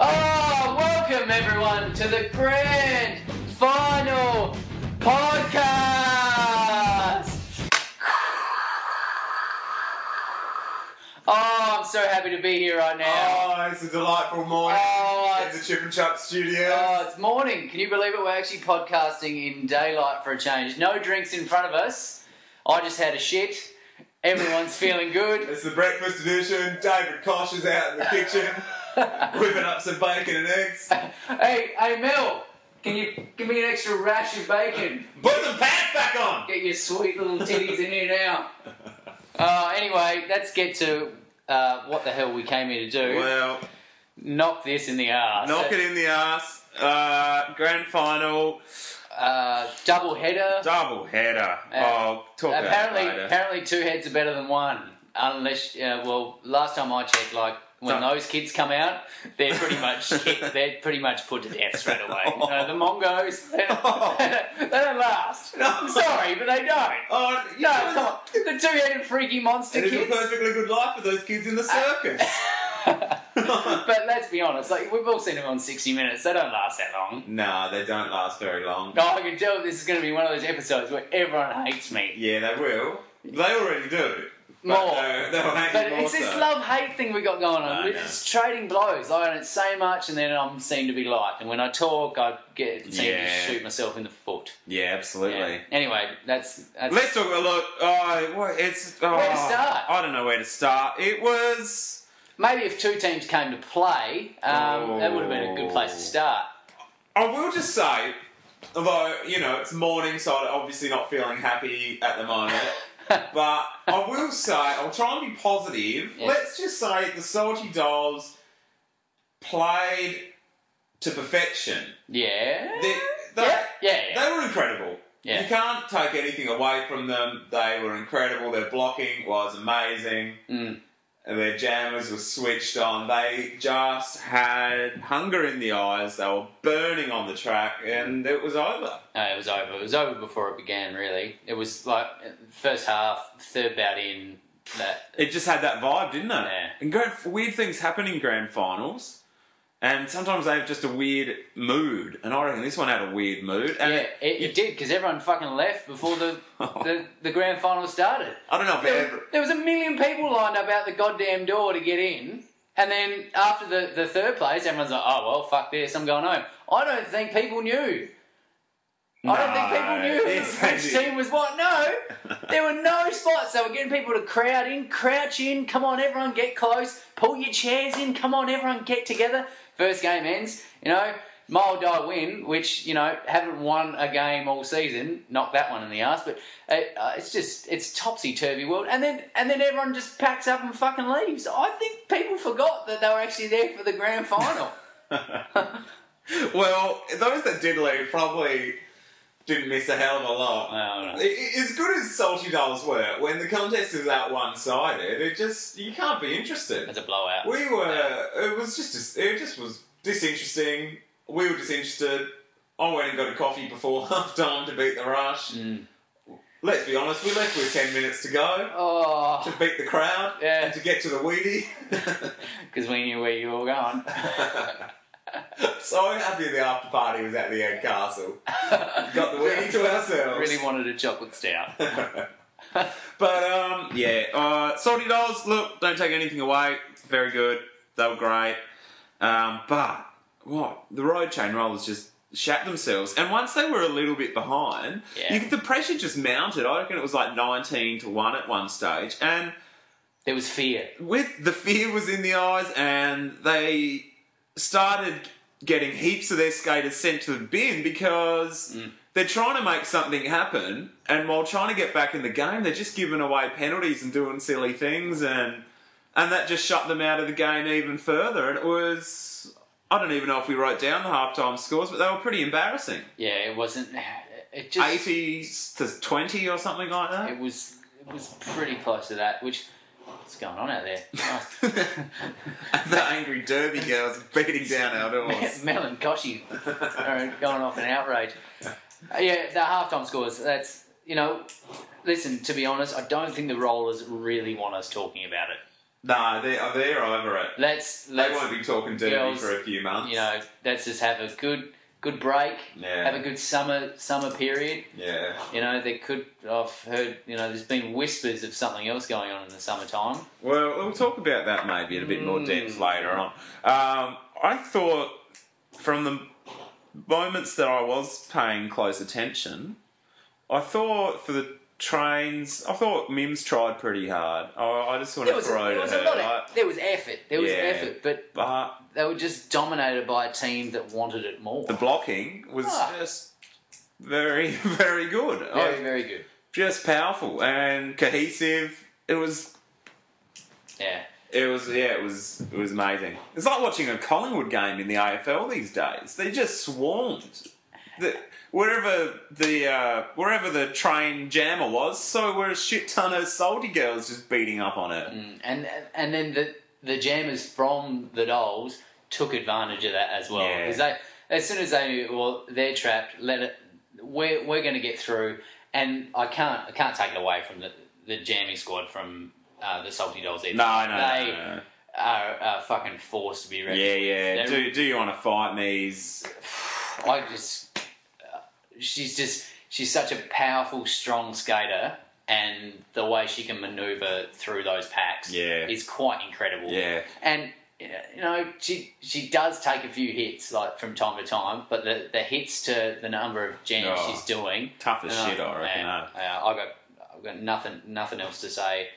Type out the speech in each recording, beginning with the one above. Oh, to the grand final podcast. Oh, I'm so happy to be here right now. Oh, it's a delightful morning Oh, in the it's- Chip and Chap studio. Oh, it's morning. Can you believe it? We're actually podcasting in daylight for a change. No drinks in front of us. I just had a shit. Everyone's feeling good. it's the breakfast edition. David Kosh is out in the kitchen whipping up some bacon and eggs. Hey, hey, Mel, can you give me an extra rash of bacon? Put some pants back on! Get your sweet little titties in here now. Uh, anyway, let's get to uh, what the hell we came here to do. Well, Knock this in the arse. knock it in the ass. Uh, grand final, Uh, double header. double header. Yeah. I'll talk apparently, about it later. apparently, two heads are better than one. Unless, uh, well, last time I checked, like when No. those kids come out, they're pretty much they're pretty much put to death straight away. No, the Mongos, they Oh. don't, they don't last. No. I'm sorry, but they don't. Oh, you No, know, come on. the two-headed freaky monster It is a kids. Uh, perfectly good life for those kids in the circus. but let's be honest, like we've all seen them on 60 Minutes. They don't last that long. nah, they don't last very long. No, I can tell this is going to be one of those episodes where everyone hates me. Yeah, they will. They already do. But More. They, they'll hate But you more it's this so. love hate thing we got going on. I We're know. just trading blows. I don't say much, and then I'm seen to be liked. And when I talk, I get seem to Yeah. shoot myself in the foot. Yeah, Yeah. absolutely. Anyway, that's that's Let's talk a lot. Uh, well, it's oh, Where to start? I don't know where to start. It was. maybe if two teams came to play, um, that would have been a good place to Oh. start. I will just say, although you know it's morning, so I'm obviously not feeling happy at the moment. but I will say, I'll try and be positive. Yes. Let's just say the Salty Dolls played to perfection. Yeah. They, they, yeah. Yeah. yeah. they were incredible. Yeah. You can't take anything away from them. They were incredible. Their blocking was amazing. Mm. And their jammers were switched on. They just had hunger in the eyes. They were burning on the track, and it was over. No, it was over. It was over before it began. Really, it was like first half, third bout in. That It just had that vibe, didn't it? Yeah. And grand, weird things happen in grand finals, and sometimes they have just a weird mood. And I reckon this one had a weird mood. And yeah, it, it did because everyone fucking left before the the, the grand final started. I don't know if it There, ever. there was a million people lined up out the goddamn door to get in, and then after the the third place, everyone's like, "Oh well, fuck this, I'm going home." I don't think people knew. I don't think people No, knew it's- which team was what. No, there were no spots. They were getting people to crowd in, crouch in. Come on, everyone, get close. Pull your chairs in. Come on, everyone, get together. First game ends. You know, my old die win, which you know haven't won a game all season. Knock that one in the ass. But it, uh, it's just it's topsy turvy world. And then and then everyone just packs up and fucking leaves. I think people forgot that they were actually there for the grand final. Well, those that did leave probably didn't miss a hell of a lot. Well, no. I- I- As good as Salty Dolls were, when the contest is that one-sided, it just you can't be interested. That's a blowout. We were. It was just. dis- It just was disinteresting. We were disinterested. I went and got a coffee before half time to beat the rush. Mm. Let's be honest, we left with ten minutes to go Oh. to beat the crowd Yeah. and to get to the weedy. Because we knew where you were going. so happy the after party was at the end castle. Got the weedy to ourselves. really wanted a chocolate stout. But um, yeah, uh, Salty Dolls. Look, don't take anything away. Very good. They were great. Um, but what the road chain rollers just shat themselves, and once they were a little bit behind, Yeah. you could- the pressure just mounted. I reckon it was like nineteen to one at one stage, and There was fear. with the fear was in the eyes, and they started getting heaps of their skaters sent to the bin because Mm. they're trying to make something happen, and while trying to get back in the game, they're just giving away penalties and doing silly things, and and that just shut them out of the game even further. And it was I don't even know if we wrote down the halftime scores, but they were pretty embarrassing. Yeah, it wasn't. It just. Eighty to twenty or something like that. It was. It was pretty close to that. Which. What's going on out there? Nice. the angry derby girls beating down our doors. Mel and Koshy are going off in outrage. Uh, Yeah, the halftime scores. That's you know. Listen, to be honest, I don't think the rollers really want us talking about it. no, they're, they're uh, over it. Let's They let's won't be talking derby girls, for a few months. you know let's just have a good good break. Yeah. Have a good summer summer period. Yeah. You know, there could I've heard you know there's been whispers of something else going on in the summertime. Well, we'll talk about that maybe in a bit more Mm. depth later on. Um, I thought from the moments that I was paying close attention, I thought for the trains, I thought Mims tried pretty hard. I, I just want There to was, a, throw there to was her. a lot like, of there was effort. There was Yeah. effort, but but they were just dominated by a team that wanted it more. the blocking was Ah. just very, very good. I- very very good. just powerful and cohesive. It was Yeah. It was yeah, it was it was amazing. It's like watching a Collingwood game in the AFL these days. They just swarmed. The, wherever the uh, wherever the train jammer was, so were a shit ton of salty girls just beating up on her. Mm. and and then the the jammers from the dolls took advantage of that as well Yeah. because they as soon as they knew well they're trapped let it we're we're going to get through and I can't I can't take it away from the the jamming squad from uh, the salty dolls either. No, no, no, they no, no. Are, are fucking forced to be reckoned. Yeah, with. yeah. They're- Do do you want to fight me's I just uh, she's just she's such a powerful, strong skater, and the way she can maneuver through those packs Yeah. is quite incredible. Yeah. and you know she she does take a few hits like from time to time, but the the hits to the number of jams Oh, she's doing tough as shit? I reckon. Yeah, eh? yeah, I got uh, I've got nothing nothing else to say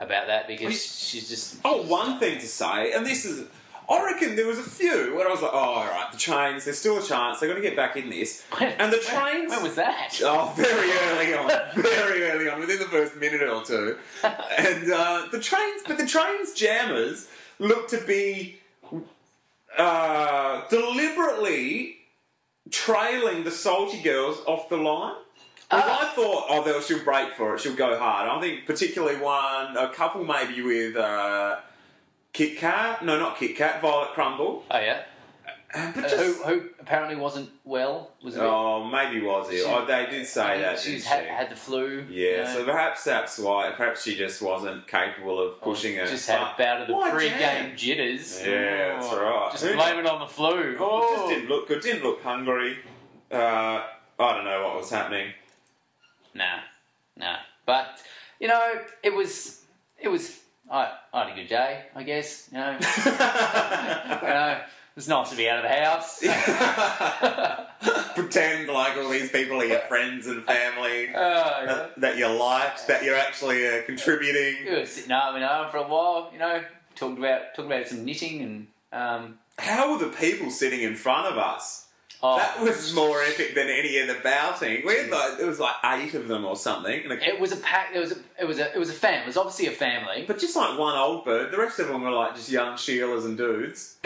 about that because she's just Oh, one thing to say, and this is, I reckon there was a few when I was like, oh, all right, the trains, there's still a chance, they've got to get back in this. And the when, trains. when was that? Oh, very early on, very early on, within the first minute or two, and uh, the trains, but the trains jammers look to be uh, deliberately trailing the salty girls off the line. 'Cause Ah. I thought, oh, they'll, she'll break for it, she'll go hard. I think particularly one, a couple maybe with uh, Kit Kat, no, not Kit Kat, Violet Crumble, Oh yeah, And- but Uh, who just- who apparently wasn't well was a bit Oh, maybe was it? She- oh, they did say I mean, that. she's didn't had, she? had the flu. Yeah, you know, so perhaps that's why. Perhaps she just wasn't capable of pushing it. Oh, just had a bout of the Why pre-game jam? jitters. Yeah, that's Oh, right. Just Who blame it on the flu. It just Oh. didn't look good. Didn't look hungry. Uh, I don't know what was happening. Nah, nah. But you know, it was it was. I, I had a good day, I guess. You know, you know, it's nice to be out of the house. Pretend like all these people are your friends and family Oh, yeah. that, that you liked, that you're actually uh, we contributing. were sitting up and home for a while. You know, talked about talked about some knitting and um. How were the people sitting in front of us? Oh, That was more epic than any of the bouting. We had like, there was like eight of them or something. And a it was a pack. It was a it was a it was a family. It was obviously a family. But just like one old bird, the rest of them were like just young Sheilas and dudes.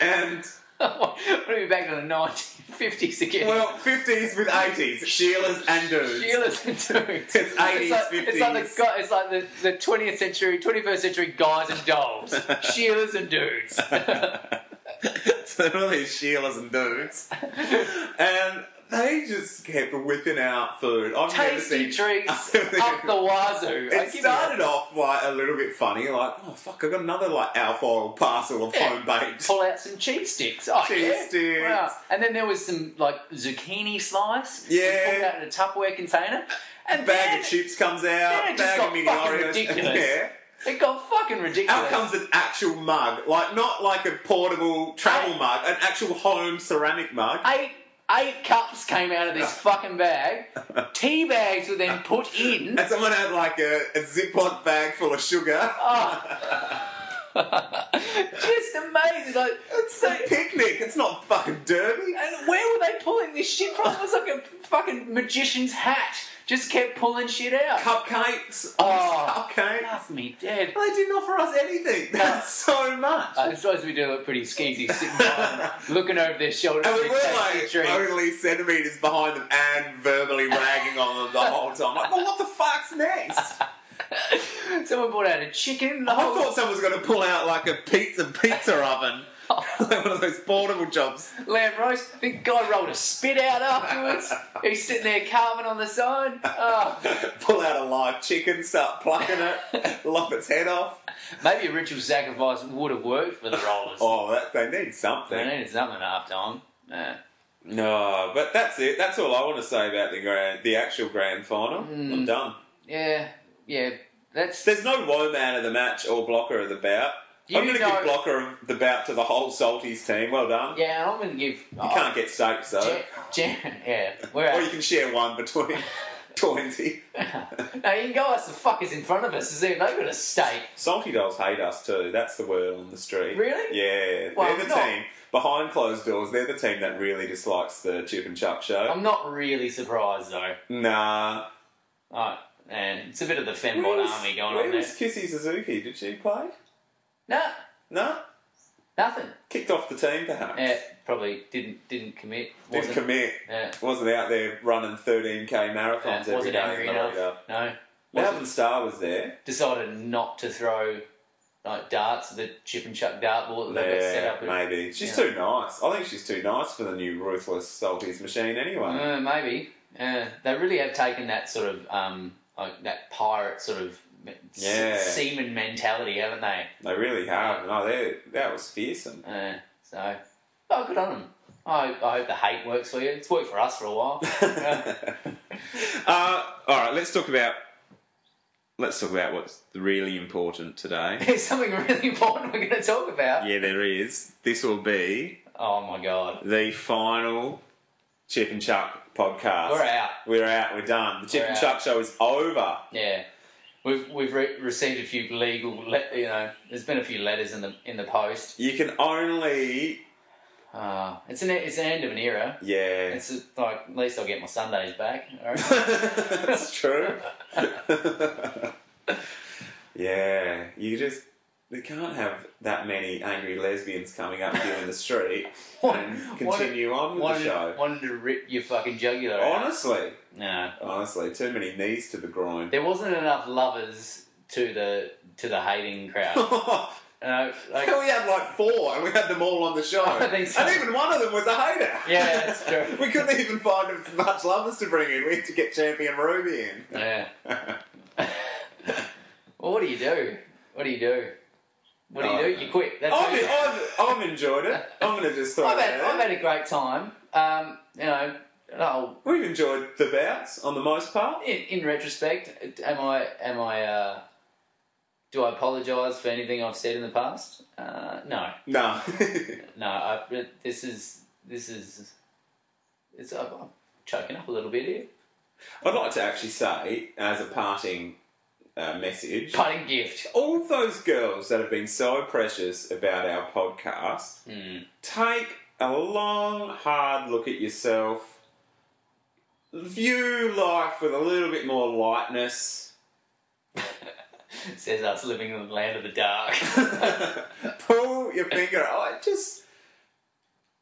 And what are we back to the 1950s again? well, fifties with eighties, Sheilas and dudes. Sheila's and dudes. 80s, like, It's like, the, 50s. gu- it's like the, the 20th century, 21st century guys and dolls. Sheila's and dudes. so all these Sheilas and dudes, and they just kept whipping out food. I've Tasty never seen. treats I've never- up the wazoo. I It give you started off like a little bit funny, like oh fuck, I got another like alfoil parcel of Yeah. home baked. Pull out some cheese sticks. Oh, Cheese yeah. sticks. Wow. And then there was some like zucchini slice. was Yeah. Pulled out in a Tupperware container. And Bag then of chips comes out, then it just bag of got mini fucking Oreos. ridiculous. Yeah. It got fucking Out ridiculous. comes an actual mug, like not like a portable travel Hey. mug, an actual home ceramic mug. eight eight cups came out of this fucking bag. Tea bags were then put in. And someone had like a, a Ziploc bag full of sugar. Oh, Ah. Just amazing. Like, It's a picnic. It's not fucking derby. and where were they pulling this shit from? It was like a fucking magician's hat. Just kept pulling shit out. Cupcakes. Oh. Oh, cupcakes. Fuck me dead. Uh, They didn't offer us anything. That's so much. I suppose we do look pretty skeezy, sitting down, looking over their shoulders. and we with were tasty like drinks. only centimeters behind them and verbally ragging on them the whole time. Like, well, what the fuck's next? Someone brought out a chicken. The I whole, thought someone was going to pull out like a pizza pizza oven, like one of those portable jobs. lamb roast. The guy rolled a spit out afterwards. He's sitting there carving on the side. Oh. Pull out a live chicken, start plucking it, lop its head off. Maybe a ritual sacrifice would have worked for the rollers. Oh, that, Oh, they need something. They needed something at half time. Yeah. No, but that's it. That's all I want to say about the grand, the actual grand final. Hmm. I'm done. Yeah, yeah. That's There's no woe man of the match or blocker of the bout. You I'm going to know- give blocker of the bout to the whole Salties team. Well done. yeah. and I'm going to give. Oh, You can't get stakes though, yeah, we're or out. you can share one between twenty. no, you can go ask the fuckers in front of us to see if they've got a stake. Salty dolls hate us too. That's the word on the street. Really? Yeah. Well, they're the no. team behind closed doors. They're the team that really dislikes the Chip and Chuck show. I'm not really surprised though. nah. Oh, man, it's a bit of the Where fembot was- army going where on there. was Kissy Suzuki? Did she play? No, No. nothing. Kicked off the team, perhaps. Yeah, Eh, probably didn't didn't commit. Didn't Wasn't, eh, commit. yeah, Wasn't out there running 13k marathons yeah, every wasn't day. angry in the enough. leader. No, Melvin Star was there. decided not to throw like darts, the chip and chuck dartboard that they got set Yeah, up. at- maybe. She's yeah. too nice. I think she's too nice for the new ruthless Salties machine. Anyway, Uh, maybe. Uh, they really have taken that sort of um, like that pirate sort of me- se- Yeah. seaman mentality, haven't they? they really have. No, they that was fearsome. Uh, so, oh, good on them. I, I hope the hate works for you. It's worked for us for a while. uh, all right, let's talk about let's talk about what's really important today. There's something really important we're going to talk about. Yeah, there is. This will be Oh my god. the final Chip and Chuck podcast. We're out. We're out. We're done. The Chip We're and out. Chuck show is over. Yeah. We've, we've re- received a few legal, le- you know, there's been a few letters in the in the post. You can only Uh, it's an it's an end of an era. yeah. It's uh, like at least I'll get my Sundays back. All right? That's true. yeah, you just they can't have that many angry lesbians coming up to you in the street and continue on with wanted, the show. wanted to rip your fucking jugular out. Honestly, No. honestly, too many knees to the groin. There wasn't enough lovers to the to the hating crowd. we no, like, had like four, and we had them all on the show. I think so. And even one of them was a hater. Yeah, that's true. we couldn't even find much lovers to bring in. We had to get Champion Ruby in. yeah. Well, what do you do? What do you do? What do Oh, you no. do? You quit. That's what you do. I've, I've, I've enjoyed it. I'm going to just throw I've it had, out. I've had a great time. Um, you know, oh, We've enjoyed the bouts on the most part. in, in retrospect, am I am I uh, do I apologise for anything I've said in the past? Uh, no, No. no. I, this is this is it's I'm I'm choking up a little bit here. I'd like to actually say, as a parting uh, message, Parting gift. all of those girls that have been so precious about our podcast, Mm. take a long, hard look at yourself. View life with a little bit more lightness. Says us living in the land of the dark. Pull your finger out. Just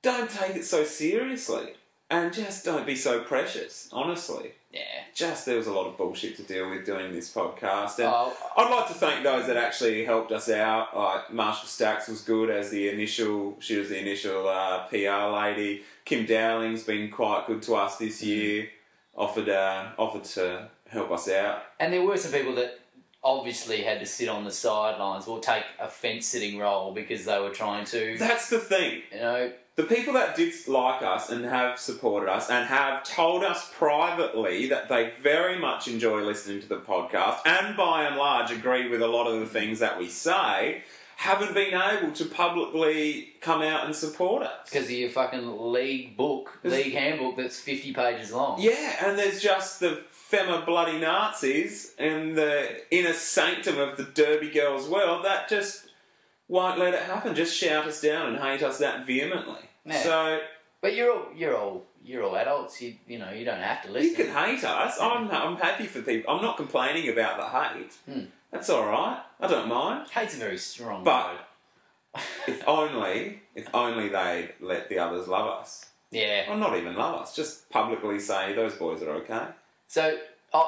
don't take it so seriously. And just don't be so precious, honestly. yeah. just there was a lot of bullshit to deal with doing this podcast. And Oh. I'd like to thank those that actually helped us out. Like Marshall Stacks was good as the initial, she was the initial uh, PR lady. Kim Dowling's been quite good to us this year. Offered, uh, offered to help us out. And there were some people that obviously had to sit on the sidelines or take a fence sitting role because they were trying to, That's the thing. you know, The people that did like us and have supported us and have told us privately that they very much enjoy listening to the podcast and by and large agree with a lot of the things that we say haven't been able to publicly come out and support us. because of your fucking league book, league handbook that's 50 pages long. Yeah, and there's just the fema bloody Nazis and the inner sanctum of the Derby Girls world that just won't let it happen, just shout us down and hate us that vehemently. Yeah. So But you're all you're all you're all adults. You you know you don't have to listen. Mm. You can hate us. I'm, I'm happy for people. I'm not complaining about the hate. Hmm. That's all right. I don't mind. Hate's a very strong But- word. If only, if only they would let the others love us. yeah. Or not even love us. Just publicly say those boys are okay. So uh,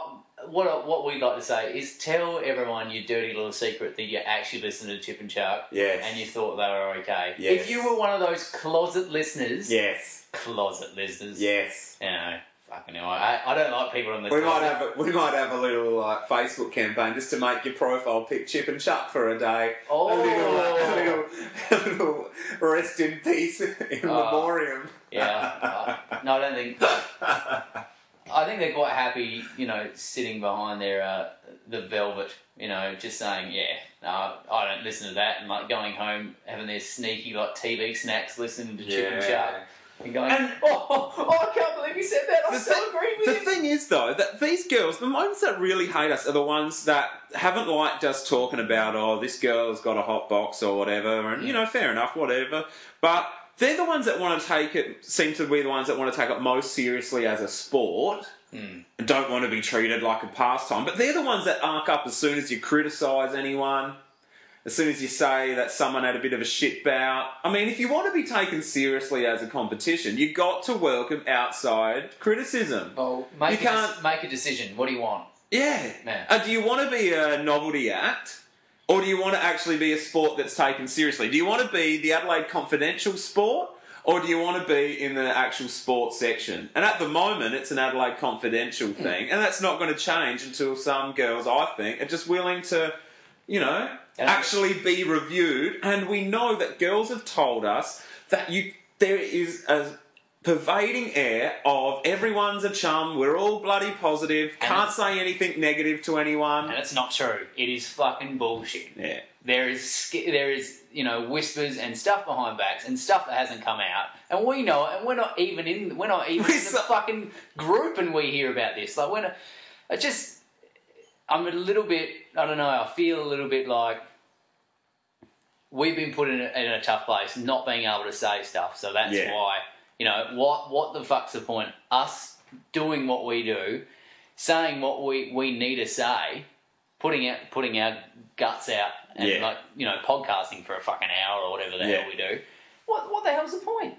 what I- what we'd like to say is tell everyone your dirty little secret that you actually listened to Chip and Chuck Yes. and you thought they were okay. Yes. If you were one of those closet listeners, yes. closet listeners, Yes. you know, fucking hell. I, I don't like people on the. We might have a, we might have a little like Facebook campaign just to make your profile pic chip and chuck for a day. Oh. A little, a little, a little rest in peace in Oh. memoriam. Yeah. uh, no, I don't think. I think they're quite happy, you know, sitting behind their uh, the velvet, you know, just saying, yeah, no, I don't listen to that, and like going home having their sneaky like TV snacks, listening to Chip and Chap, and going, And- oh, oh, oh, I can't believe you said that. I The so thi- agree with The you. thing is, though, that these girls, the ones that really hate us, are the ones that haven't liked us talking about, oh, this girl's got a hot box or whatever, and you know, fair enough, whatever. But they're the ones that want to take it, seem to be the ones that want to take it most seriously as a sport. Hmm. And don't want to be treated like a pastime, but they're the ones that arc up as soon as you criticise anyone, as soon as you say that someone had a bit of a shit bout. I mean, if you want to be taken seriously as a competition, you've got to welcome outside criticism. Well, make You a dec- can't- make a decision. What do you want? Yeah. Yeah. Uh, do you want to be a novelty act? Or do you want to actually be a sport that's taken seriously? Do you want to be the Adelaide Confidential sport? Or do you want to be in the actual sports section? And at the moment, it's an Adelaide Confidential thing. And that's not going to change until some girls, I think, are just willing to, you know, And I- actually be reviewed. And we know that girls have told us that you there is a pervading air of everyone's a chum, we're all bloody positive, can't say anything negative to anyone. And it's not true. It is fucking bullshit. Yeah. There is sk- there is you know whispers and stuff behind backs and stuff that hasn't come out, and we know it, and we're not even in we're not even We're in the so- fucking group, and we hear about this. Like when I just I'm a little bit I don't know I feel a little bit like we've been put in a, in a tough place, not being able to say stuff. So that's Yeah. why you know what what the fuck's the point? Us doing what we do, saying what we we need to say putting out putting our guts out and Yeah. like you know podcasting for a fucking hour or whatever the Yeah. hell we do. What what the hell's the point?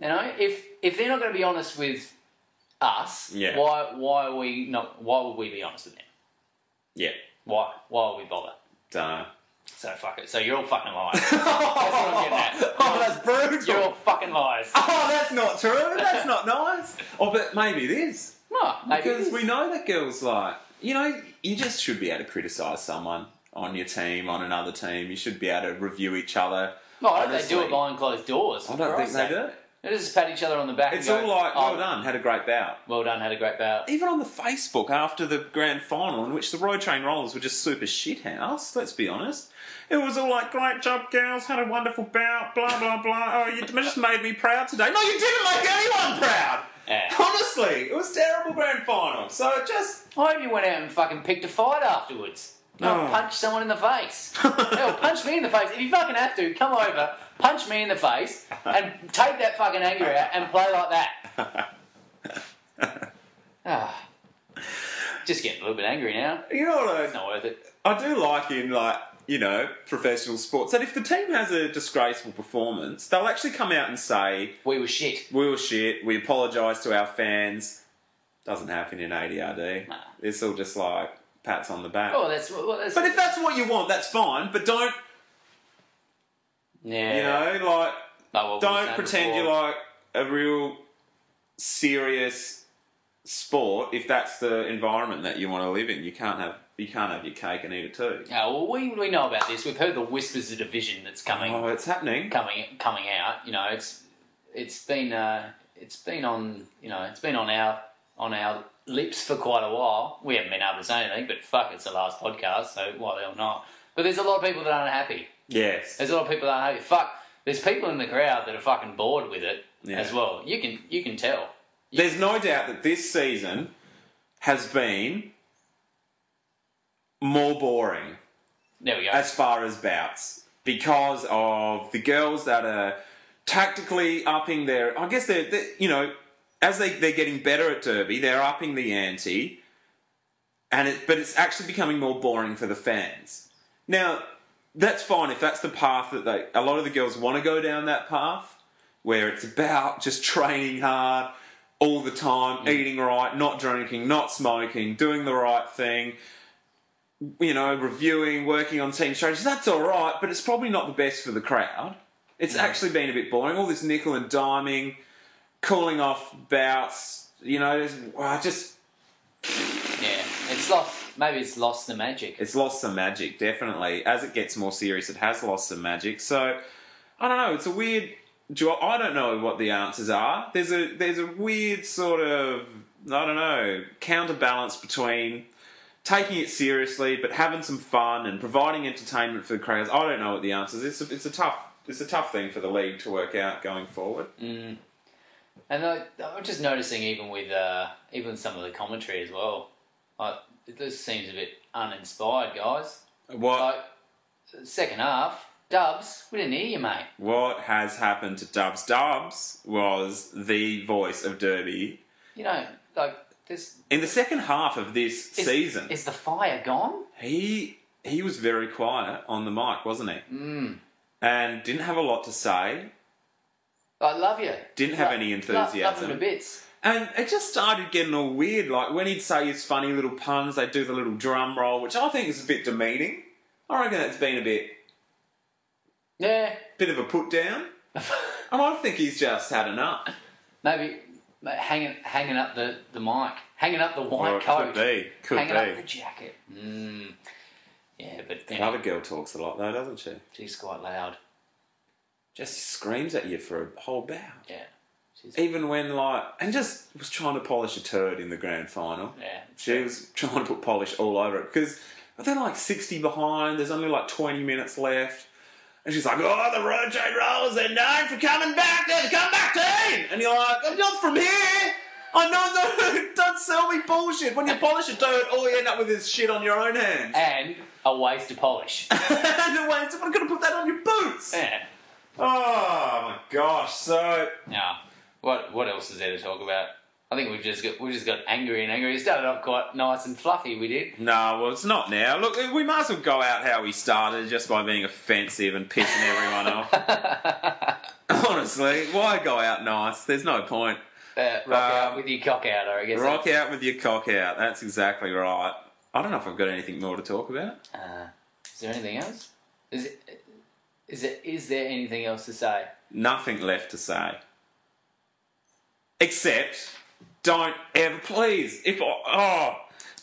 You know, if if they're not going to be honest with us, Yeah. why why are we not? Why would we be honest with them? Yeah. Why why would we bother? Dunno. So fuck it. So you're all fucking liars. that's what I'm getting at. Oh, that's brutal. You're all fucking liars. Oh, that's not true. That's not nice. Oh, but maybe it is. No, maybe it Because is. we know that girls like, you know, you just should be able to criticise someone on your team, on another team. You should be able to review each other. No, I don't think they do honestly. it behind closed doors. I don't think they do. They just pat each other on the back. It's and all go, like, "Oh, well done, had a great bout. Well done. Had a great bout. Even on the Facebook after the grand final, in which the Roy Train Rollers were just super shithouse, let's be honest. It was all like, great job, girls, had a wonderful bout, blah, blah, blah. Oh, you just made me proud today. No, you didn't make anyone proud! Yeah. Honestly, it was terrible grand final. So just. I hope you went out and fucking picked a fight afterwards. Not Oh. punch someone in the face. Hell, punch me in the face. If you fucking have to, come over, punch me in the face, and take that fucking anger out and play like that. Ah. Just getting a little bit angry now. You know what I It's not worth it. I do like in like you know professional sports that if the team has a disgraceful performance, they'll actually come out and say We were shit. we were shit. We apologise to our fans. Doesn't happen in ADRD. Nah. It's all just like pats on the back. Oh, that's. Well, that's But if that's what you want, that's fine. But don't yeah. you know like Like what we were don't saying pretend before. you're like a real serious sport if that's the environment that you want to live in. You can't have you can't have your cake and eat it too. Yeah, Ah, well, we, we know about this. We've heard the whispers of division that's coming. Oh, it's happening. coming coming out. You know, it's it's been uh, it's been on you know it's been on our on our lips for quite a while. We haven't been able to say anything, but fuck, it's the last podcast, so why the hell not? But there's a lot of people that aren't happy. Yes. There's a lot of people that aren't happy. Fuck, there's people in the crowd that are fucking bored with it Yeah. as well. You can you can tell. There's no doubt that this season has been more boring There we go. as far as bouts because of the girls that are tactically upping their. I guess they're, they you know, as they, they're getting better at Derby, they're upping the ante, and it, but it's actually becoming more boring for the fans. Now, that's fine if that's the path that they. A lot of the girls want to go down that path where it's about just training hard all the time, eating right, not drinking, not smoking, doing the right thing, you know, reviewing, working on team strategies. That's all right, but it's probably not the best for the crowd. It's actually been a bit boring. All this nickel and diming, calling off bouts, you know, just, wow, just Yeah, it's lost. Maybe it's lost the magic. it's lost some magic, definitely. As it gets more serious, it has lost some magic. So I don't know. It's a weird. jo- I don't know what the answers are. There's a there's a weird sort of I don't know counterbalance between taking it seriously but having some fun and providing entertainment for the crowds. I don't know what the answers. It's a, it's a tough it's a tough thing for the league to work out going forward. Mm. And I, I'm just noticing even with uh, even some of the commentary as well. Like, it just seems a bit uninspired, guys. What Like second half, Dubs, we didn't hear you, mate. what has happened to Dubs? Dubs was the voice of Derby You know, like this in the second half of this is, season. Is the fire gone? he he was very quiet on the mic, wasn't he? Mm. And didn't have a lot to say. I love you. Didn't have Lo- any lo- Love, enthusiasm. them to bits. And it just started getting all weird. Like when he'd say his funny little puns, they'd do the little drum roll, which I think is a bit demeaning. I reckon that's been a bit Yeah. bit of a put down. And I think he's just had enough. Maybe ma- hanging hanging up the, the mic, hanging up the white Or it coat, could be. Could hanging up the be. jacket. Mm. Yeah, but The other girl talks a lot though, doesn't she? she's quite loud. Just screams at you for a whole bout. Yeah, she's Even when like and just was trying to polish a turd in the grand final. yeah. She was trying to put polish all over it because they're like 60 behind. There's only like 20 minutes left. And she's like, oh, the road trade rollers, they're known for coming back. They're the comeback team. And you're like, I'm not from here. I know, don't, don't sell me bullshit. When you polish a dirt, all you end up with is shit on your own hands. And a waste to polish. and the way someone could have put that on your boots. yeah. Oh, my gosh. So, Yeah. What What else is there to talk about? I think we've just got we just got angry and angry. It started off quite nice and fluffy. We did. no, well, it's not now. Look, we might as well go out how we started just by being offensive and pissing everyone off. Uh, Honestly, why go out nice? There's no point. Uh, rock out Um, with your cock out, I guess. Rock out with your cock out. That's exactly right. I don't know if I've got anything more to talk about. Uh, is there anything else? Is it, is it, is there anything else to say? Nothing left to say. Except, don't ever, please, if I, oh,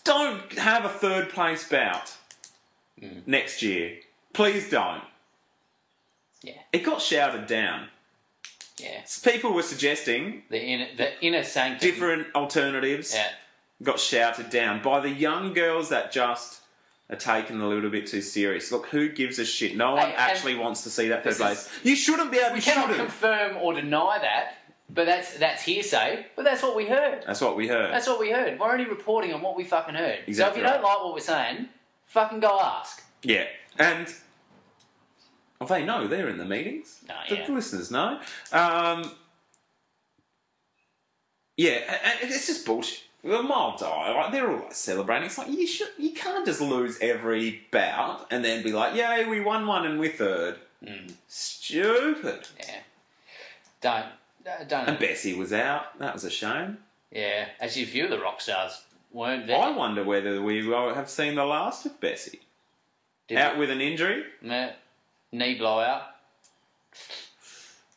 don't have a third place bout Mm. next year. Please don't. Yeah. It got shouted down. Yeah. People were suggesting The inner the inner sanctum. different alternatives. Yeah. got shouted down by the young girls that just are taken a little bit too serious. Look, who gives a shit? No one and- actually wants to see that third This place. is- you shouldn't be able to We cannot shoot it. confirm or deny that, but that's that's hearsay. But that's what we heard. That's what we heard. That's what we heard. We're only reporting on what we fucking heard. so if Exactly you don't right. like what we're saying, fucking go ask. yeah. And well, they know they're in the meetings. Ah, the yeah. listeners know. Um, yeah, and- and it's just bullshit. The mild die, like they're all like celebrating. It's like you should, you can't just lose every bout and then be like, "Yay, we won one and we're third. Mm. Stupid. Yeah. Don't uh, don't. And Bessie was out. That was a shame. Yeah. Actually, a few of the rock stars weren't there. I wonder whether we will have seen the last of Bessie. Did Out with an injury. Meh. knee blowout.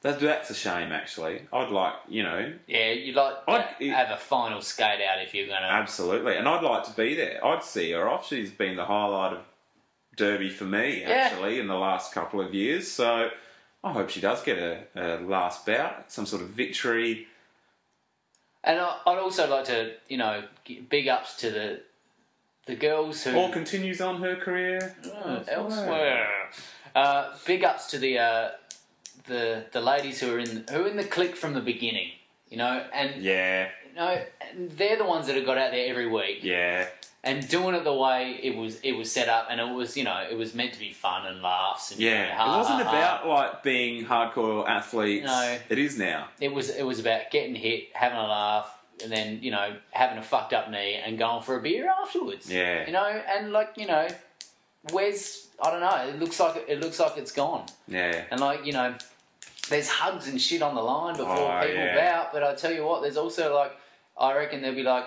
That, that's a shame, actually. I'd like, you know, Yeah, you'd like to I'd- it- have a final skate out if you're gonna. absolutely. And I'd like to be there. I'd see her off. She's been the highlight of Derby for me, actually, in the last couple of years. So I hope she does get a, a last bout, some sort of victory. And I- I'd also like to, you know, gi- big ups to the the girls who Oh, Or continues on her career elsewhere. Uh, big ups to the uh, the the ladies who are in who are in the clique from the beginning. You know, and Yeah, you know, and they're the ones that have got out there every week yeah. and doing it the way it was it was set up, and it was you know it was meant to be fun and laughs. And, you know, Yeah, ha, it wasn't ha, ha. about like being hardcore athletes. No. It is now. It was it was about getting hit, having a laugh, and then you know having a fucked up knee and going for a beer afterwards. Yeah. you know, and like you know, where's I don't know. It looks like it looks like it's gone, Yeah. and like you know, there's hugs and shit on the line before Oh, people yeah. bout. But I tell you what, there's also like I reckon there'll be like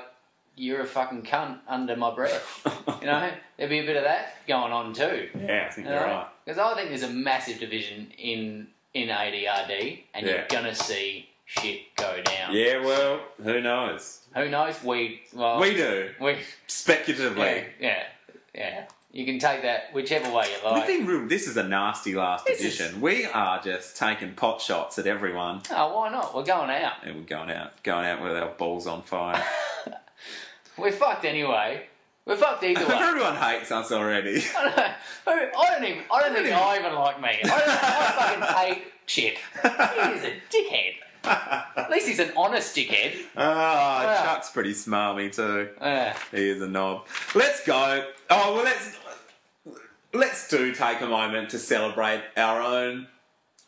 you're a fucking cunt under my breath. you know, there'll be a bit of that going on too. Yeah, I think you're right. Because I think there's a massive division in in ADRD, and Yeah. you're gonna see shit go down. Yeah, well, who knows? Who knows? We well We do. we Speculatively. Oh. yeah, yeah yeah. You can take that whichever way you We like. think real- this is a nasty last This is- edition. We are just taking pot shots at everyone. oh, why not? We're going out. And we're going out, going out with our balls on fire. We're fucked anyway. We're fucked either way. Everyone hates us already. I don't, know. I don't even. I don't think even- I even like me. I, don't, I fucking hate Chip. He is a dickhead. At least he's an honest dickhead. Ah, Wow. Chuck's pretty smarmy too. Uh, He is a knob. Let's go. Oh well, let's let's do take a moment to celebrate our own,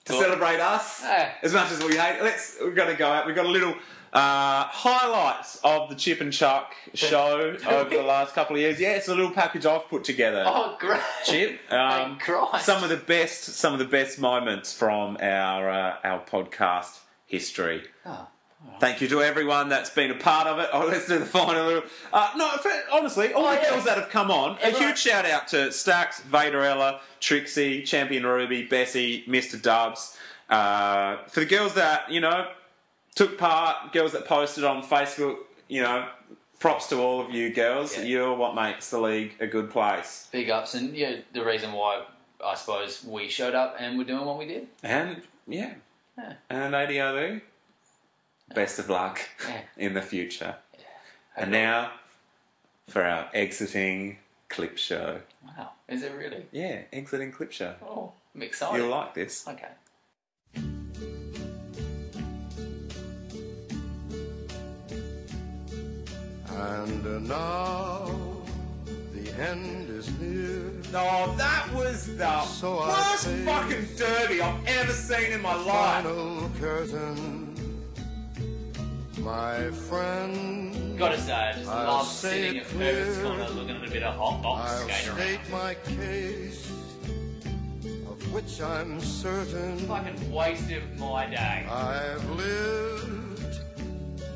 to Cool. celebrate us Ah. as much as we hate. Let's we're gonna go out. We've got a little. Uh, highlights of the Chip and Chuck show over the last couple of years. Yeah, it's a little package I've put together. oh great. Chip. Um, Thank Christ. Some of the best, some of the best moments from our uh, our podcast history. Oh. Thank you to everyone that's been a part of it. Oh, let's do the final. little- Uh, no, fa- honestly, all Oh, the yeah. girls that have come on. A Everyone- huge shout out to Stax, Vaderella, Trixie, Champion Ruby, Bessie, Mr. Dubs. Uh, for the girls that you know took part, girls that posted on Facebook, you know, props to all of you girls. Yeah. You're what makes the league a good place. Big ups, and yeah, the reason why I suppose we showed up and we're doing what we did. And yeah. Yeah. And ADOU, best of luck Yeah. in the future. And now for our exiting clip show. Wow, is it really? Yeah, exiting clip show. Oh, I'm excited. You'll like this. Okay. And uh, now the end is near. Oh, that was the So I worst say- fucking derby I've ever seen in my life. Final curtain, my friend. Gotta say, I just I'll love say sitting it at Mervin's clear. corner looking at a bit of hot box I'll skate around. state my case, of which I'm certain. Fucking waste of my day. I've lived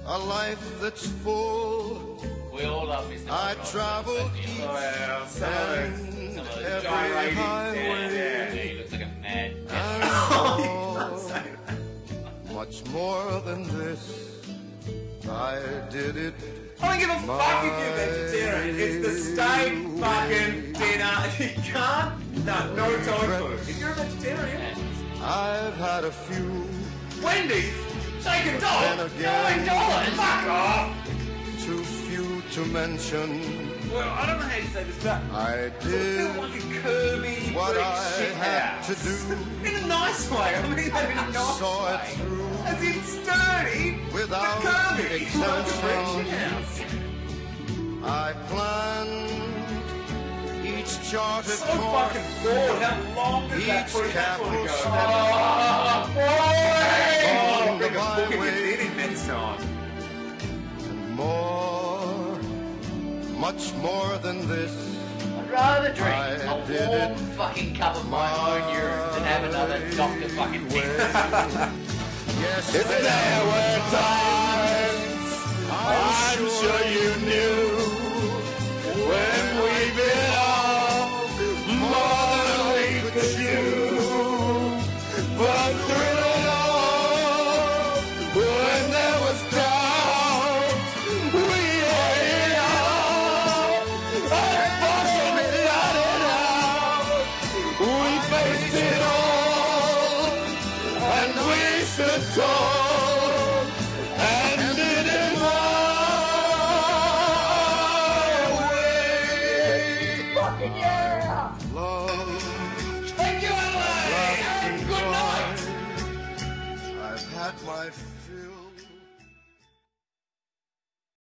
a life that's full. We all love Mr. I Hot Rod, traveled let's face it. Well, so And Some of those every gyrating highway. Yeah, he looks like a mad. And Oh, Oh, it's- all, much more than this, I did it. I don't give a fuck if you're vegetarian. It's the steak fucking dinner. You can't. No, no tofu. If you're a vegetarian, I've had a few, Wendy's, take a then dollar. Nine again, dollars! Fuck off. too few to mention. Well, I don't know how to say this, but I I feel did like a curvy what Greek I shit had house. to do, In a nice way. I mean, that in a nice saw it way. through As in sturdy, Without but curvy. Like a Greek shit exception. house. I planned each charted So course. fucking bored. How long does that Each free that's capital want to go? step Oh, boy! on Oh, bring the a book and byway. get in it next time. and more, much more than this. I'd rather drink I a did warm it fucking cup of my own urine than have another doctor fucking way. dick. yes, it's there were times I'm sure you knew when we belonged more than we could chew. But through it all, when there was doubt, we had it all. Unfortunately, not enough. We faced it all, and we stood tall, and did it my way. Fucking yeah! Love. Thank you, LA! Good Good night! I've had my fill.